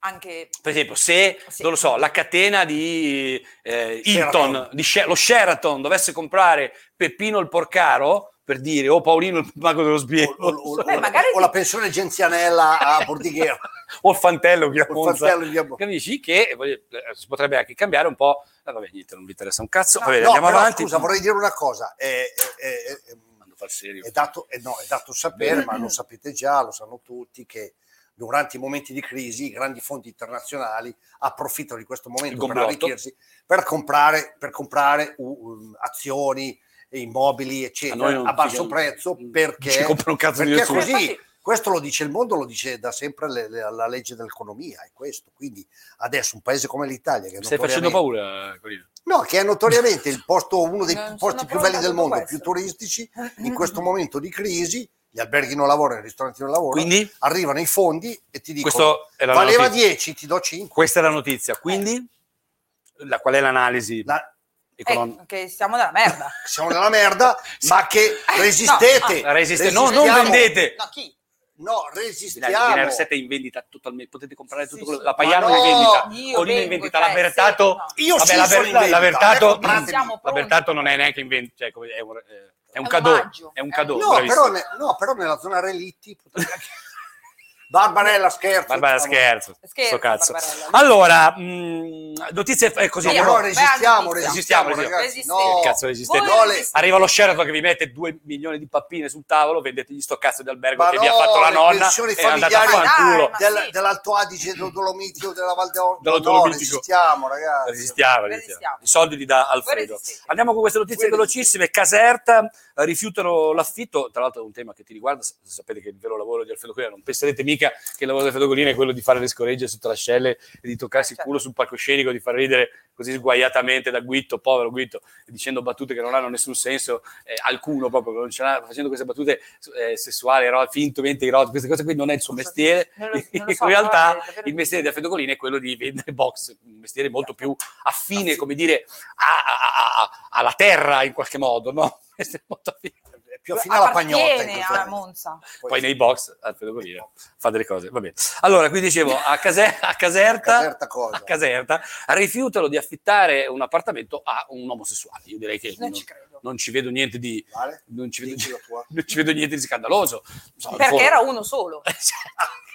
S4: anche
S1: per esempio, se
S4: Sì.
S1: non lo so, la catena di eh,
S2: Sheraton.
S1: Hilton, di She- lo Sheraton dovesse comprare Peppino il Porcaro per dire o Paolino il mago dello
S2: O,
S1: sbieco
S2: o- o-
S4: Beh,
S1: Eh,
S2: o-
S4: magari
S2: o
S4: ti-
S2: la pensione Genzianella a Bordighero,
S1: o il Fantello via
S2: col
S1: Monza.
S2: fratello di Abo-
S1: Capisci che voglio- eh, si potrebbe anche cambiare un po'. Eh, vabbè, niente, non vi interessa un cazzo.
S4: No,
S1: Vabbè,
S2: No,
S1: andiamo
S2: però,
S1: avanti.
S2: scusa, vorrei dire una cosa. eh, eh, eh, eh,
S1: Quando fa il serio.
S2: è dato, eh, no, è dato sapere, ma lo sapete già, lo sanno tutti, che durante i momenti di crisi i grandi fondi internazionali approfittano di questo
S1: Il
S2: momento per
S1: complotto.
S2: arricchirsi, per comprare, per comprare uh, um, azioni, immobili,
S1: A noi
S2: eccetera,
S1: non
S2: a basso
S1: figa-
S2: prezzo,
S1: non ci
S2: perché,
S1: compra un cazzo di
S2: perché è
S1: nessuno.
S2: così.
S4: Infatti-
S2: Questo lo dice il mondo, lo dice da sempre le- le- la legge dell'economia, è questo. Quindi adesso un paese come l'Italia, che è
S1: Stai facendo
S2: notoriamente-
S1: paura, Corino.
S2: No, che è notoriamente il posto, uno dei
S4: Non
S2: posti
S4: sono
S2: più
S4: pronta
S2: belli
S4: a
S2: del
S4: tutto
S2: mondo,
S4: questo.
S2: più turistici, in questo momento di crisi, gli alberghi non lavorano, i ristoranti non lavorano,
S1: Quindi,
S2: arrivano i fondi e ti dicono,
S1: questo è la
S2: valeva
S1: notizia.
S2: 10, ti do 5.
S1: Questa è la notizia. Quindi,
S2: Eh.
S1: la- qual è l'analisi economica?
S4: eh, che siamo nella merda.
S2: siamo nella merda, ma che resistete.
S1: La Eh, ah, resiste- no, non
S2: resistiamo.
S1: vendete.
S4: No, chi?
S2: No,
S1: La
S2: resistiamo.
S1: Dinner 7 è in vendita totalmente, potete comprare
S4: Sì,
S1: tutto
S4: sì.
S1: quello, la
S4: Ma
S1: Paiano è
S2: no,
S1: in vendita, Olino
S4: io
S1: è in
S4: vengo,
S1: vendita,
S4: cioè,
S1: l'ha Bertato,
S4: sì,
S2: Io
S1: vabbè,
S2: sì,
S1: la,
S2: sono in
S1: Berta- la
S2: vendita,
S1: Bertato,
S2: ecco, prendimi.
S4: Siamo
S1: la
S4: pronti.
S1: Bertato non è neanche in vendita, cioè, come- è un, eh, è un
S4: un
S1: cadeau,
S4: omaggio.
S1: è un
S4: È
S1: cadeau,
S4: un-
S2: No
S1: bravissimo.
S2: però, ne- no, però nella zona Relitti... potrebbe anche- Barbarella scherzo.
S1: Barbara
S2: diciamo.
S1: scherzo,
S4: Scherzo,
S1: sto cazzo.
S4: Barbarella.
S1: Allora, mh, notizie è così,
S2: No,
S4: Via.
S2: però
S1: però-
S4: Beh,
S2: resistiamo,
S4: anzi,
S2: resistiamo,
S1: resistiamo,
S2: ragazzi.
S4: resistiamo.
S2: No.
S1: Che cazzo resistete?
S4: Voi
S2: No, le-
S4: resistete.
S1: arriva lo Sheraton che vi mette 2 milioni di pappine sul tavolo, vendetegli sto cazzo di albergo
S2: Ma
S1: che vi ha
S2: no,
S1: fatto la
S2: le
S1: nonna
S2: pensioni
S1: e andate a
S2: familiari-
S1: fanculo.
S4: Dai, ma-
S2: Del-
S4: sì.
S2: dell'Alto Adige, del Dolomitico, della Val d'Orto.
S1: Dello
S2: No,
S1: Dolomitico.
S2: resistiamo, ragazzi.
S1: Resistiamo,
S4: Resistiamo.
S1: resistiamo. I soldi li dà Alfredo.
S4: resistete.
S1: Andiamo con queste notizie
S2: Voi
S1: velocissime. Caserta eh, rifiutano l'affitto, tra l'altro è un tema che ti riguarda, s- sapete che il vero lavoro di Alfredo Curia non penserete mica mica che il lavoro del Fedogolino è quello di fare le scoregge su trascelle e di toccarsi il
S4: Certo.
S1: culo sul palcoscenico, di far ridere così sguaiatamente da Guitto, povero Guitto, dicendo battute che non hanno nessun senso eh, alcuno, proprio non ce l'ha, facendo queste battute eh, sessuali, ero- fintamente erotiche, queste cose qui non è il suo mestiere.
S4: Non lo- non lo so,
S1: in realtà
S4: però è davvero
S1: il mestiere del Fedogolino è quello di vendere box, un mestiere molto più affine, come dire, a- a- a- a- alla terra in qualche modo, no? Questo è molto affine.
S2: È più affine alla pagnotta. in
S4: Appartiene
S2: questo
S4: a
S2: momento.
S4: Monza.
S1: Poi nei box, Alfredo Golino, fa delle cose, va bene. Allora, qui dicevo, a, Case- a Caserta,
S2: A Caserta cosa?
S1: a Caserta, rifiutano di affittare un appartamento a un omosessuale. Io direi che
S4: Non
S1: non,
S4: ci credo.
S1: non ci vedo niente di...
S2: Vale?
S1: Non ci, vedo,
S2: Dici la tua.
S1: non ci vedo niente di scandaloso. Non so, Cioè,
S4: Perché
S1: forse-
S4: era uno solo.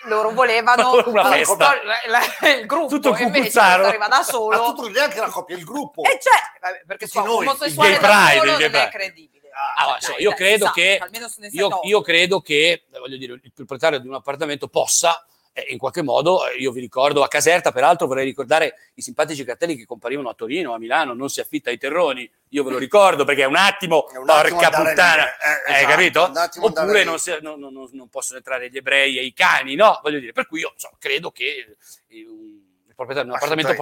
S4: Loro volevano
S1: Una festa.
S4: la- il gruppo
S1: Tutto
S4: e invece
S1: cucuzzaro. Ah,
S4: questo arriva da
S2: Ma
S4: solo.
S2: tutto neanche la coppia, il gruppo.
S4: E cioè, vabbè, perché
S2: Tutti
S4: so,
S2: noi,
S4: un omosessuale
S1: il gay
S4: da
S1: pride,
S4: solo
S1: il gay
S4: non
S1: pride.
S4: è credibile.
S1: Ah,
S4: Dai,
S1: adesso,
S4: dai,
S1: io
S4: dai,
S1: credo
S4: esatto,
S1: che
S4: almeno se ne sa
S1: io,
S4: dopo.
S1: io credo che eh, voglio dire, il proprietario di un appartamento possa eh, in qualche modo, eh, io vi ricordo a Caserta, peraltro vorrei ricordare i simpatici cartelli che comparivano a Torino, a Milano, non si affitta ai terroni, io ve lo ricordo perché è un attimo,
S2: È un attimo
S1: porca
S2: andare
S1: puttana,
S2: lì, eh,
S1: hai
S2: esatto,
S1: capito?
S2: un attimo andare
S1: Oppure
S2: lì.
S1: non, si- non- non- non- non possono entrare gli ebrei e i cani, no? Voglio dire, per cui io insomma, credo che eh, un- il proprietario di un appartamento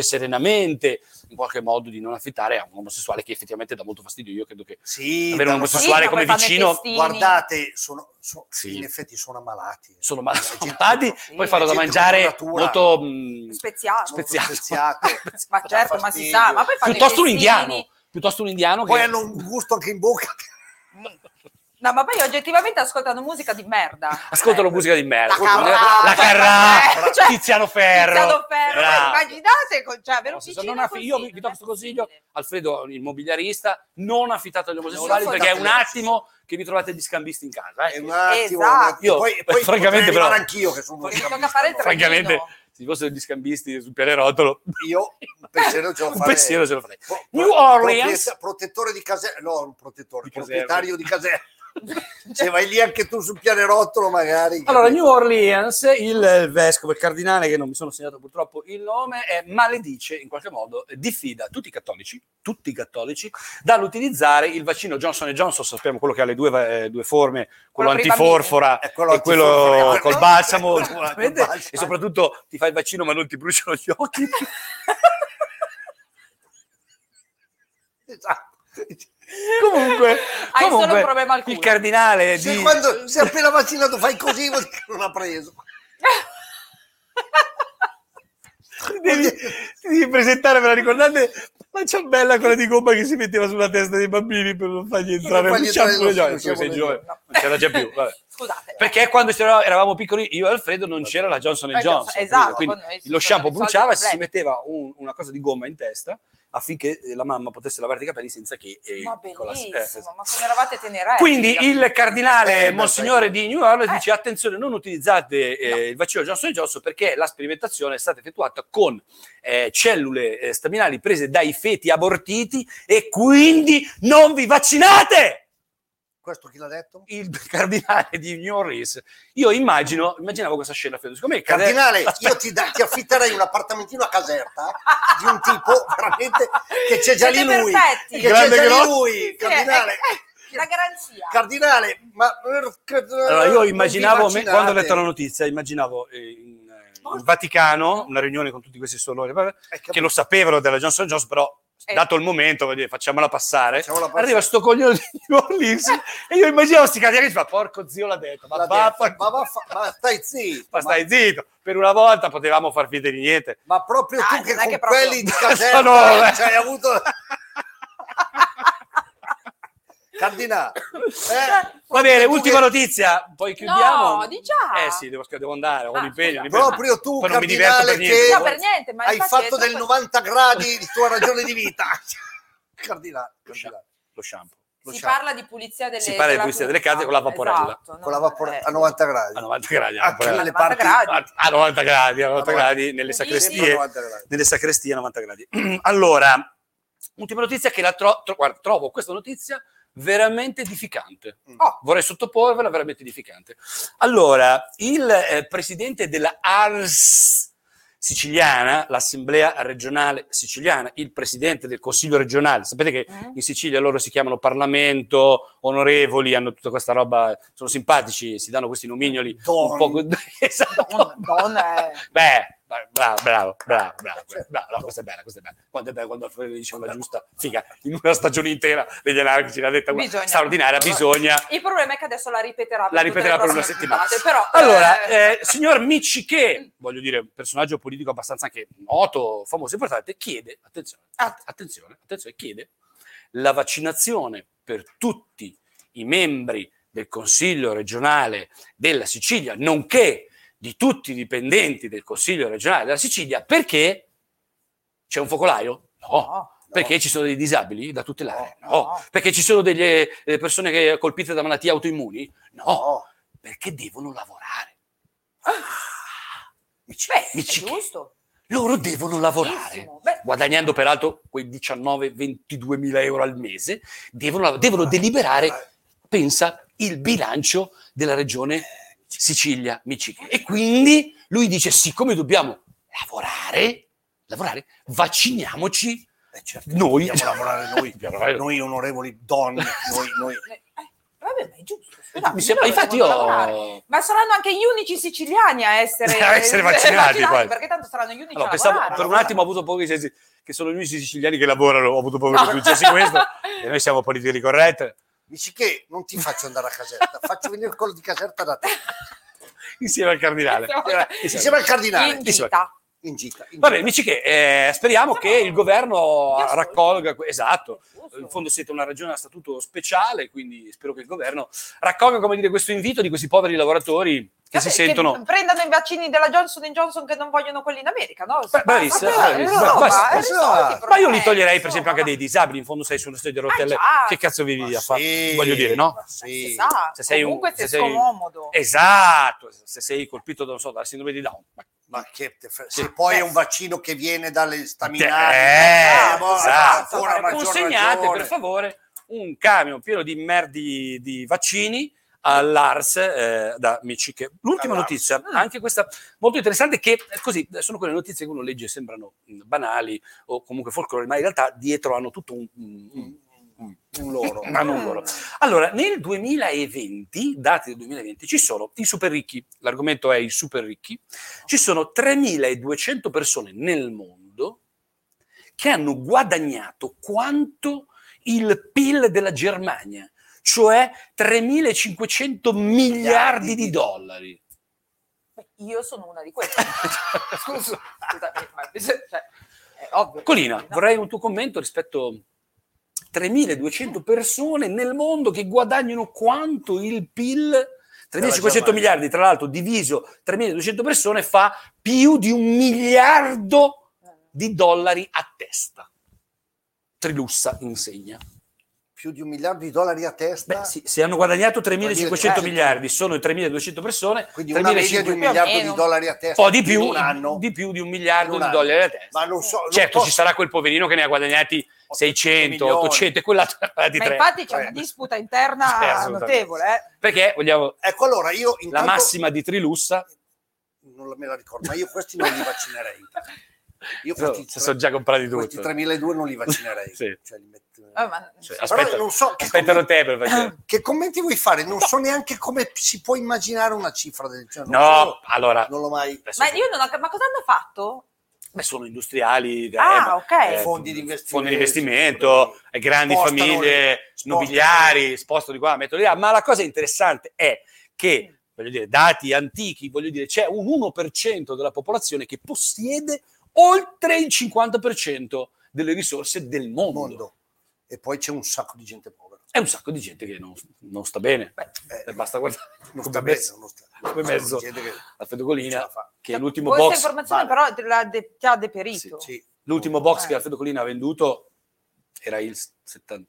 S1: possa decidere serenamente in qualche modo di non affittare a un omosessuale che effettivamente dà molto fastidio, io credo che
S2: Sì,
S1: avere un
S2: danno-
S4: Sì,
S1: omosessuale
S4: ma
S1: come
S4: poi fanno i
S1: vicino,
S4: festini.
S2: Guardate, sono, so-
S1: Sì.
S2: in effetti sono eh. ammalati.
S1: sono mal-
S2: Gente-
S1: sono malati, poi
S4: cioè,
S1: farlo da
S2: gente
S1: mangiare
S2: con natura.
S1: molto mh,
S4: Speziato.
S2: Molto
S1: speziato.
S2: speziato.
S4: Ma
S2: Dà
S4: certo, ma si
S2: fastidio.
S4: sa, ma poi fanno i
S1: piuttosto un
S4: festini.
S1: indiano, piuttosto un indiano
S2: Poi
S1: che
S2: hanno un gusto anche in bocca.
S4: No, ma poi oggettivamente ascoltano musica di merda.
S1: ascoltano
S4: Eh,
S1: musica di merda,
S4: La Carrà,
S1: la Carrà,
S4: eh, cioè,
S1: Tiziano Ferro.
S4: Tiziano Ferro,
S1: Bravo.
S4: poi immaginate con cioè, avere
S1: No,
S4: un
S1: se sono
S4: vicino
S1: non affi-
S4: così,
S1: io vi
S4: non
S1: vi
S4: è
S1: do questo consiglio,
S4: possibile.
S1: Alfredo, il mobiliarista, non affittate agli omosessuali
S4: Non
S1: perché è un
S2: affittate agli
S1: attimo che vi trovate gli scambisti in casa. eh.
S2: È un attimo,
S4: Esatto.
S2: un attimo.
S1: Io, eh,
S2: poi, poi
S1: francamente,
S2: francamente,
S1: però-
S2: anch'io che sono uno
S4: Perché tocca
S2: scambista,
S4: fare il
S2: no?
S4: tre.
S1: Francamente,
S4: Tremino.
S1: se fossero gli scambisti sul pianerotolo,
S2: Io un pensiero ce lo
S1: un
S2: farei.
S1: pensiero ce lo farei.
S2: Pro-
S1: New Orleans.
S2: proprieta- protettore di caserma, no, un protettore,
S1: Di caserma.
S2: proprietario di caserma. Se vai lì anche tu sul pianerottolo, magari.
S1: Allora,
S2: capito?
S1: New Orleans, il eh, vescovo, il cardinale, che non mi sono segnato purtroppo il nome, è maledice in qualche modo, eh, diffida tutti i cattolici, tutti i cattolici, dall'utilizzare il vaccino Johnson Johnson, sappiamo quello che ha le due, va- eh, due forme, quello
S4: Quello per i
S1: antiforfora
S2: bambini. Eh, quello
S1: e quello
S2: antiforfora,
S1: col
S2: no?
S1: balsamo,
S2: Quello col
S1: giustamente,
S2: balsamo.
S1: e soprattutto ti fai il vaccino ma non ti bruciano gli occhi.
S2: Esatto.
S1: comunque,
S4: Hai solo
S1: comunque,
S4: un problema al
S1: il
S4: culo. Cioè,
S1: cardinale
S2: Se,
S1: di...
S2: quando, se appena vaccinato fai così, vuol dire che non ha preso.
S1: Ti devi, ti devi presentare, ve la ricordate? La ciambella quella di gomma che si metteva sulla testa dei bambini per non fargli entrare
S2: fargli
S1: il shampoo negli
S2: entrare
S1: occhi.
S2: lo
S1: Tu sei
S2: shampoo
S1: giovane,
S4: No.
S1: Non c'era già più. vabbè.
S4: Scusate.
S1: Perché quando c'era- eravamo piccoli, io e Alfredo non c'era la Johnson
S4: Eh,
S1: Johnson.
S4: esatto,
S1: quindi
S4: quando noi
S1: lo
S4: ci
S1: shampoo
S4: sono risolti i
S1: bruciava, si
S4: problemi.
S1: metteva un- una cosa di gomma in testa affinché eh, la mamma potesse lavare i capelli senza che... eh,
S4: Ma
S1: con la- eh,
S4: bellissimo, ma come eravate tenerelli.
S1: quindi il cardinale
S2: Eh,
S1: Monsignore
S2: perfetto.
S1: di New Orleans
S4: Eh.
S1: dice attenzione non utilizzate eh, il vaccino Johnson Johnson perché la sperimentazione è stata effettuata con eh, cellule eh, staminali prese dai feti abortiti e quindi non vi vaccinate!
S2: Questo chi l'ha detto?
S1: Il cardinale di New Orleans. Io immagino, immaginavo questa scena, Federico. Siccome il
S2: Cardinale,
S1: Aspetta.
S2: io ti, da- ti affitterei un appartamentino a caserta di un tipo veramente che c'è già lì
S4: Siete
S2: lui.
S4: perfetti.
S2: Che c'è
S1: Grande
S2: già lì
S1: Grotti.
S2: lui,
S4: Sì,
S2: cardinale.
S4: eh, La garanzia.
S2: Cardinale, ma
S1: Allora, io
S2: non vi
S1: immaginavo, me-
S2: vaccinate.
S1: quando ho letto la notizia, immaginavo eh, in, eh, in Vaticano, una riunione con tutti questi soloni, vabbè,
S2: Eh,
S1: che lo sapevano della Johnson Johnson, però
S4: Eh.
S1: dato il momento, voglio dire, facciamola passare.
S2: Facciamo la
S1: Arriva sto coglione di New Orleans e io immaginavo sti cardinali che fa porco zio l'ha detto, ma,
S2: L'ha
S1: vaffa-
S2: detto, ma, vaffa- ma stai zitto,
S1: ma stai zitto, per una volta potevamo far finta di niente.
S2: ma proprio
S4: Ah,
S2: tu
S4: non
S2: che
S4: è
S2: con
S4: che proprio-
S2: quelli di caserta
S1: No, no, eh.
S2: ci hai avuto... Cardinale, eh,
S1: Va bene,
S2: tu
S1: ultima
S2: che-
S1: notizia, poi chiudiamo.
S4: di già?
S1: Eh sì, devo, devo andare, ho un
S4: Ah,
S1: impegno. un impegno.
S2: proprio tu,
S1: Poi non mi diverto
S2: cardinale,
S1: per niente.
S2: che
S4: No, per niente, ma
S2: eh, hai
S4: infatti
S2: fatto
S4: è
S2: del
S4: troppo-
S2: 90 gradi la tua ragione di vita. Cardinale,
S4: Cioè,
S2: cardinale.
S1: Lo shampoo.
S2: lo
S4: si
S2: sciamo.
S4: parla di pulizia delle
S1: Si parla di
S4: della
S1: pulizia
S4: pulizia.
S1: delle case con la vaporella.
S4: Esatto,
S2: con la
S4: no,
S2: vapore
S4: eh.
S2: a 90 gradi.
S1: A 90 gradi.
S2: A tutte
S1: allora.
S2: le
S4: 90
S2: parti.
S4: gradi.
S1: a a 90 gradi, a 90
S2: 90
S1: gradi nelle
S4: Sì, sì.
S2: Sempre a
S1: sacrestie,
S2: 90 gradi.
S1: nelle sacrestie a 90 gradi. Allora, ultima notizia che la tro- tro- guarda, trovo questa notizia veramente edificante.
S2: Mm.
S1: Oh, vorrei sottoporvela veramente edificante. Allora, il eh, presidente della ARS siciliana, l'assemblea regionale siciliana, il presidente del consiglio regionale. Sapete che
S4: Eh?
S1: in Sicilia loro si chiamano Parlamento, onorevoli, hanno tutta questa roba, sono simpatici, si danno questi nomignoli un
S2: Don.
S1: po' co- esatto.
S4: Don- don è-
S1: Beh, bravo, bravo, bravo, bravo, bravo. No, questa è bella, questa è bella. Quando è bella quando Alfredo dice la giusta figa in una stagione intera degli anarchici l'ha detta una
S4: Bisogna.
S1: straordinaria, bisogna
S4: Il problema è che adesso la ripeterà per,
S1: la
S4: tutte le
S1: ripeterà per una
S4: prossime
S1: settimana.
S4: puntate, però,
S1: Allora,
S4: eh,
S1: eh, signor Micci, che voglio dire, un personaggio politico abbastanza anche noto, famoso, importante, chiede, attenzione, att- attenzione, attenzione, chiede la vaccinazione per tutti i membri del Consiglio regionale della Sicilia, nonché di tutti i dipendenti del Consiglio regionale della Sicilia, perché c'è un focolaio? No.
S4: no,
S1: Perché ci sono dei disabili da tutelare? No.
S4: No, no.
S1: Perché ci sono delle eh, persone che- colpite da malattie autoimmuni? No
S2: No,
S1: perché devono lavorare.
S4: beh, è
S1: Dici che-
S4: giusto.
S1: Loro devono lavorare,
S4: Benissimo. Beh,
S1: guadagnando peraltro quei 19-22 mila euro al mese, devono, lav- devono deliberare, pensa, il bilancio della regione Sicilia Miciche. E quindi lui dice, siccome dobbiamo lavorare, lavorare vacciniamoci
S2: eh, certo,
S1: noi.
S2: dobbiamo lavorare noi, noi onorevoli donne, noi, noi.
S4: eh, vabbè, ma è giusto. scusate,
S1: Mi sembra,
S4: noi
S1: infatti
S4: dobbiamo lavorare.
S1: io...
S4: Ma saranno anche gli unici siciliani a essere, eh,
S1: A essere vaccinati, poi.
S4: perché tanto saranno gli unici
S1: Allora,
S4: a
S1: pensavo-
S4: lavorare.
S1: per un attimo ho avuto paura che, dicessi che sono gli unici siciliani che lavorano, ho avuto paura che tu dicessi questo, e noi siamo politici corretti.
S2: Dici che non ti faccio andare a Caserta, faccio venire quello di Caserta da te.
S1: insieme al cardinale.
S4: Insieme-
S2: Insieme al
S4: In
S2: cardinale,
S4: gita.
S2: in gita. in
S1: Va
S2: gita.
S1: bene, dici che eh, speriamo che il governo raccolga. que- Esatto. In fondo siete una regione a statuto speciale, quindi spero che il governo raccolga come dire, questo invito di questi poveri lavoratori che si
S4: Vabbè,
S1: sentono.
S4: prendano i vaccini della Johnson Johnson che non vogliono quelli in America, no?
S1: Beh, bravissima,
S4: Ma- ma-
S1: bravissima.
S4: no,
S1: Basta,
S4: ma-
S2: basta.
S4: risolvi eh,
S1: Ma io li
S4: i problemi,
S1: toglierei, per esempio, anche
S4: insomma,
S1: dai disabili. In fondo sei sullo studio di rotelle.
S4: Ah, già.
S1: Che cazzo vivi
S2: Ma
S1: a fare?
S2: sì,
S1: Voglio dire, no?
S2: ma
S4: si
S2: sì.
S4: sa,
S1: Se sei un-
S4: comunque
S1: se
S4: sei
S1: sei-
S4: scomodo.
S1: Esatto, se sei colpito, non so, dalla sindrome di Down. Ma
S2: Ma che te fre- se poi è un vaccino che viene dalle staminali,
S1: Eh,
S2: eh, boh,
S1: esatto.
S2: ancora maggior
S1: Consegnate
S2: ragione.
S1: per favore un camion pieno di merdi di vaccini all'ARS eh, da Michiche. L'ultima
S2: All'Ars. Ah.
S1: notizia, anche questa molto interessante, che eh, così eh, sono quelle notizie che uno legge e sembrano mh, banali o comunque folklore, ma in realtà dietro hanno tutto un, un- un-
S2: Un loro.
S1: Ma non loro. Allora, nel 2020, dati del 2020, ci sono i super ricchi, l'argomento è i super ricchi, ci sono 3.200 persone nel mondo che hanno guadagnato quanto il PIL della Germania, cioè 3.500 miliardi di dollari.
S4: Io sono una di queste. Scusa, scusami, ma cioè, è ovvio.
S1: Colina,
S4: No.
S1: vorrei un tuo commento rispetto a 3.200 persone nel mondo che guadagnano quanto il PIL. 3.500
S2: Germania.
S1: miliardi, tra l'altro, diviso 3.200 persone fa più di un miliardo di dollari a testa. Trilussa insegna.
S2: Più di un miliardo di dollari a testa.
S1: Beh, sì, se hanno guadagnato 3.500
S2: 3.200
S1: miliardi, sono i 3.200 persone,
S2: Quindi una media di
S1: 3.500
S2: un miliardo
S4: meno.
S2: di dollari a
S1: un
S2: testa
S1: po' di
S2: in
S1: più,
S2: un anno.
S1: di più di un miliardo
S2: In un
S1: di
S2: anno.
S1: dollari a testa.
S2: Ma non so, non
S1: Certo,
S2: posso-
S1: ci sarà quel poverino che ne ha guadagnati 600,
S2: milioni.
S1: 800 e quell'altro ne ha guadagnati
S4: Ma
S1: 3.
S4: infatti c'è
S2: tre.
S4: una disputa interna
S1: Sì, assolutamente.
S4: notevole. eh.
S1: Perché vogliamo
S2: Ecco, allora io
S1: la
S2: intanto
S1: massima di Trilussa.
S2: non me la ricordo, ma io questi non li vaccinerei. Io
S1: No,
S2: questi,
S1: se sono già comprati tutto.
S2: questi 3.200 non li vaccinerei.
S1: Sì.
S2: Cioè, li metto-
S4: Eh, ma-
S1: Cioè,
S2: Però
S1: aspetta,
S2: non so che
S1: aspettano te per fare.
S2: Che commenti vuoi fare? Non so neanche come si può immaginare una cifra del genere. Non
S1: No,
S2: so,
S1: allora,
S2: non l'ho mai.
S1: adesso-
S4: Ma io non ho cap- ma cosa hanno fatto?
S1: beh, sono industriali, eh,
S4: Ah,
S1: ma-
S4: ok.
S2: Fondi di investimento.
S1: fondi di investimento, eh, grandi
S2: Spostano
S1: famiglie
S2: le- spostano.
S1: nobiliari, sposto di qua, metto di là, ma la cosa interessante è che, voglio dire, dati antichi, voglio dire, c'è un 1% della popolazione che possiede oltre il 50% delle risorse del mondo.
S2: mondo. E poi c'è un sacco di gente povera.
S1: È un sacco di gente che non, non sta bene.
S2: Eh,
S1: Eh, basta guardare come
S2: non sta bene,
S1: mezzo,
S2: non sta-
S1: come
S2: c'è
S1: mezzo
S2: gente che
S1: la
S2: non ce la
S1: Fedocolina,
S2: fa.
S1: che è l'ultimo
S4: Questa
S1: box,
S4: informazione
S1: vale.
S4: però te l'ha de- ti ha deperito.
S2: Sì.
S1: l'ultimo box
S4: Eh.
S1: che Alfredo Colina ha venduto era il 70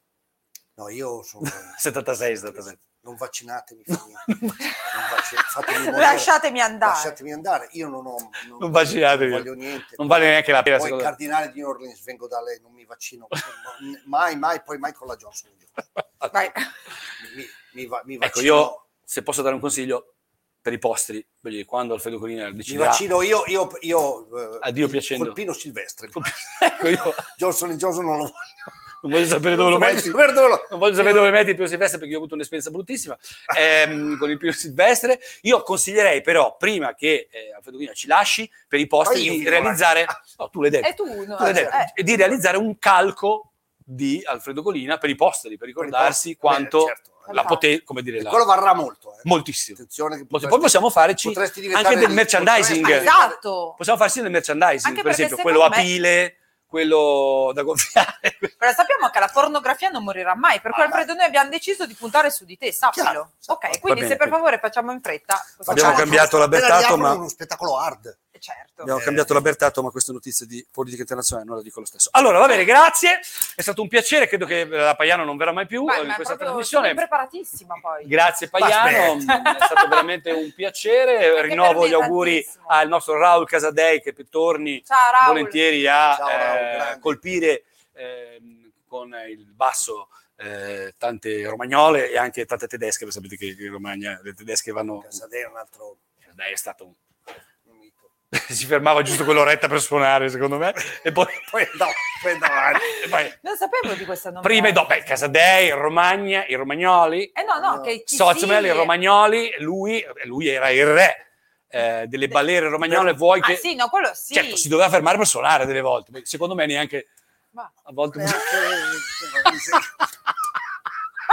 S2: No, io sono
S1: 76, 77.
S2: non vaccinatemi, figli. non vac- fatemi morire.
S4: Lasciatemi andare.
S2: Lasciatemi andare. Io non ho non,
S1: Non vaccinatevi.
S2: non voglio niente.
S1: Non vale neanche la pena,
S2: Poi il
S1: secondo me.
S2: cardinale di New Orleans vengo da lei, non mi vaccino mai, mai, poi mai con la Johnson.
S4: Vai.
S2: Mi, mi, mi va- mi
S1: Ecco,
S2: vaccino.
S1: io se posso dare un consiglio, per i posteri, quelli- quando Alfredo Colina
S2: Mi
S1: deciderà
S2: vaccino io, io, io eh,
S1: Addio piacendo.
S2: Colpino Silvestre.
S1: Ecco, io
S2: Johnson Johnson non lo voglio.
S1: non voglio sapere dove lo
S2: Non voglio
S1: metti.
S2: sapere dove lo-
S1: Non voglio sapere dove metti il Pio Silvestre perché io ho avuto un'esperienza bruttissima ehm, con il Pio Silvestre. Io consiglierei però, prima che eh, Alfredo Guina ci lasci, per i
S2: Ma
S1: posti
S2: io
S1: di
S2: dico,
S1: realizzare... No, tu l'hai detto.
S4: E tu, no,
S1: Tu l'hai
S4: cioè,
S1: detto.
S4: eh,
S1: E di realizzare un calco di Alfredo Colina per i posteri, per ricordarsi
S2: Bene,
S1: quanto
S2: certo.
S1: la poté, come dire,
S2: E
S1: la-
S2: quello varrà molto. eh.
S1: moltissimo.
S2: Attenzione che
S1: Poi
S2: potresti-
S1: possiamo farci
S2: potresti diventare
S1: anche del
S2: ricco,
S1: merchandising.
S2: potresti-
S4: Esatto.
S1: Possiamo farsi del merchandising,
S4: Anche
S1: per
S4: perché
S1: esempio,
S4: secondo
S1: quello a
S4: me-
S1: pile, quello da gonfiare.
S4: Però sappiamo che la pornografia non morirà mai, per cui
S2: Ah,
S4: Alfredo noi abbiamo deciso di puntare su di te, sappilo.
S2: Chiaro, sappiamo.
S1: esatto.
S4: Ok,
S1: Va
S4: quindi
S1: bene,
S4: se per
S1: quindi.
S4: favore facciamo in fretta. possiamo
S1: Abbiamo
S4: fare-
S1: cambiato la Bertato,
S2: Spera di
S1: ma-
S2: aprire uno spettacolo hard.
S4: Certo.
S1: Abbiamo
S2: Eh.
S1: cambiato la Bertato, ma questa notizia di politica internazionale non la dico lo stesso. Allora, va bene, grazie. È stato un piacere. Credo che eh, la Paiano non verrà mai più
S4: Ma-
S1: eh, in
S4: ma
S1: questa
S4: proprio
S1: trasmissione.
S4: sono preparatissima poi.
S1: Grazie Paiano, mm,
S4: aspetta.
S1: è stato veramente un piacere.
S4: Anche per
S1: Rinnovo
S4: me
S1: gli auguri
S4: tantissimo.
S1: al nostro Raul Casadei che torni
S4: Ciao Raul.
S1: volentieri a
S2: Ciao, Raul,
S1: eh,
S2: grande.
S1: colpire ehm, con il basso eh, tante romagnole e anche tante tedesche, perché sapete che in Romagna le tedesche vanno...
S2: Casadei è un altro
S1: Dai, è stato un-
S2: mito.
S1: Si fermava giusto quell'oretta per suonare, secondo me, e poi...
S2: Poi andavo, poi andavo avanti.
S1: e poi-
S4: Non sapevo di questa novità.
S1: prima e dopo, beh, Casadei, Romagna, i romagnoli,
S4: Eh no, no, che ci
S1: Sozumel,
S4: sì.
S1: i romagnoli, lui, lui era il re eh, delle balere romagnole, vuoi
S4: Ah
S1: che...
S4: sì, no, quello sì.
S1: Certo, si doveva fermare per suonare delle volte, ma secondo me neanche...
S4: Ma-
S1: A volte...
S2: Anche-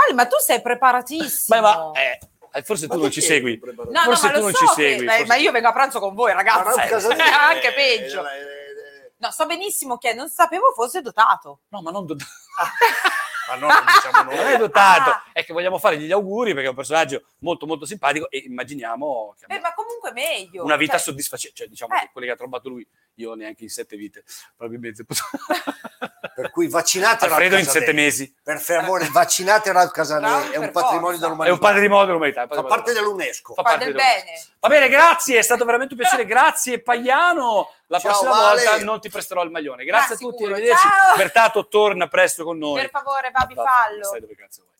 S4: Ale, ma tu sei preparatissimo.
S1: Ma, ma, eh, eh, forse tu
S2: Ma
S1: non ci
S2: perché?
S1: segui.
S4: No, no,
S1: forse
S4: ma
S1: tu
S4: lo
S1: non
S4: so
S1: ci
S4: che-
S1: segui,
S4: ma-
S1: forse-
S4: ma io vengo a pranzo con voi,
S2: Ma non
S4: ragazzi.
S2: Casadei,
S4: Eh, anche
S2: eh,
S4: peggio.
S2: eh, eh, eh,
S4: No, so benissimo che non sapevo fosse dotato.
S1: No, ma non, do-
S2: Ah. Ma no, lo diciamo
S1: non è
S2: noi.
S1: dotato.
S4: Ah.
S1: È che vogliamo fare gli auguri perché è un personaggio molto molto simpatico e immaginiamo che
S4: Beh,
S1: abbia
S4: eh, ma comunque meglio.
S1: una vita
S4: Cioè,
S1: soddisfacente. Cioè, diciamo
S4: Eh.
S1: che quelle che ha trovato lui, io neanche in sette vite, probabilmente.
S2: Per cui vaccinate Raul
S1: Alfredo in
S2: Casadei.
S1: sette mesi.
S2: Per favore, vaccinate Raul Casadei,
S4: Raul,
S2: è un
S4: per
S2: patrimonio
S4: forza.
S1: È
S2: dell'umanità.
S1: un patrimonio dell'umanità. è un
S2: Fa
S1: patrimonio
S2: parte
S1: dell'umanità.
S2: dell'UNESCO.
S1: Fa
S4: fa
S1: parte
S4: del
S1: dell'umanità.
S4: bene.
S1: Va bene, grazie, è stato veramente un piacere. Grazie Pagliano. La
S2: Ciao,
S1: prossima
S2: Vale.
S1: volta non ti presterò il maglione. Grazie
S4: Ma
S1: a tutti,
S4: Ah, sicuro,
S1: arrivederci.
S4: ciao.
S1: Bertato torna presto con noi.
S4: Per favore, Babi,
S1: Bertato,
S4: fallo.
S1: Sai dove cazzo vai.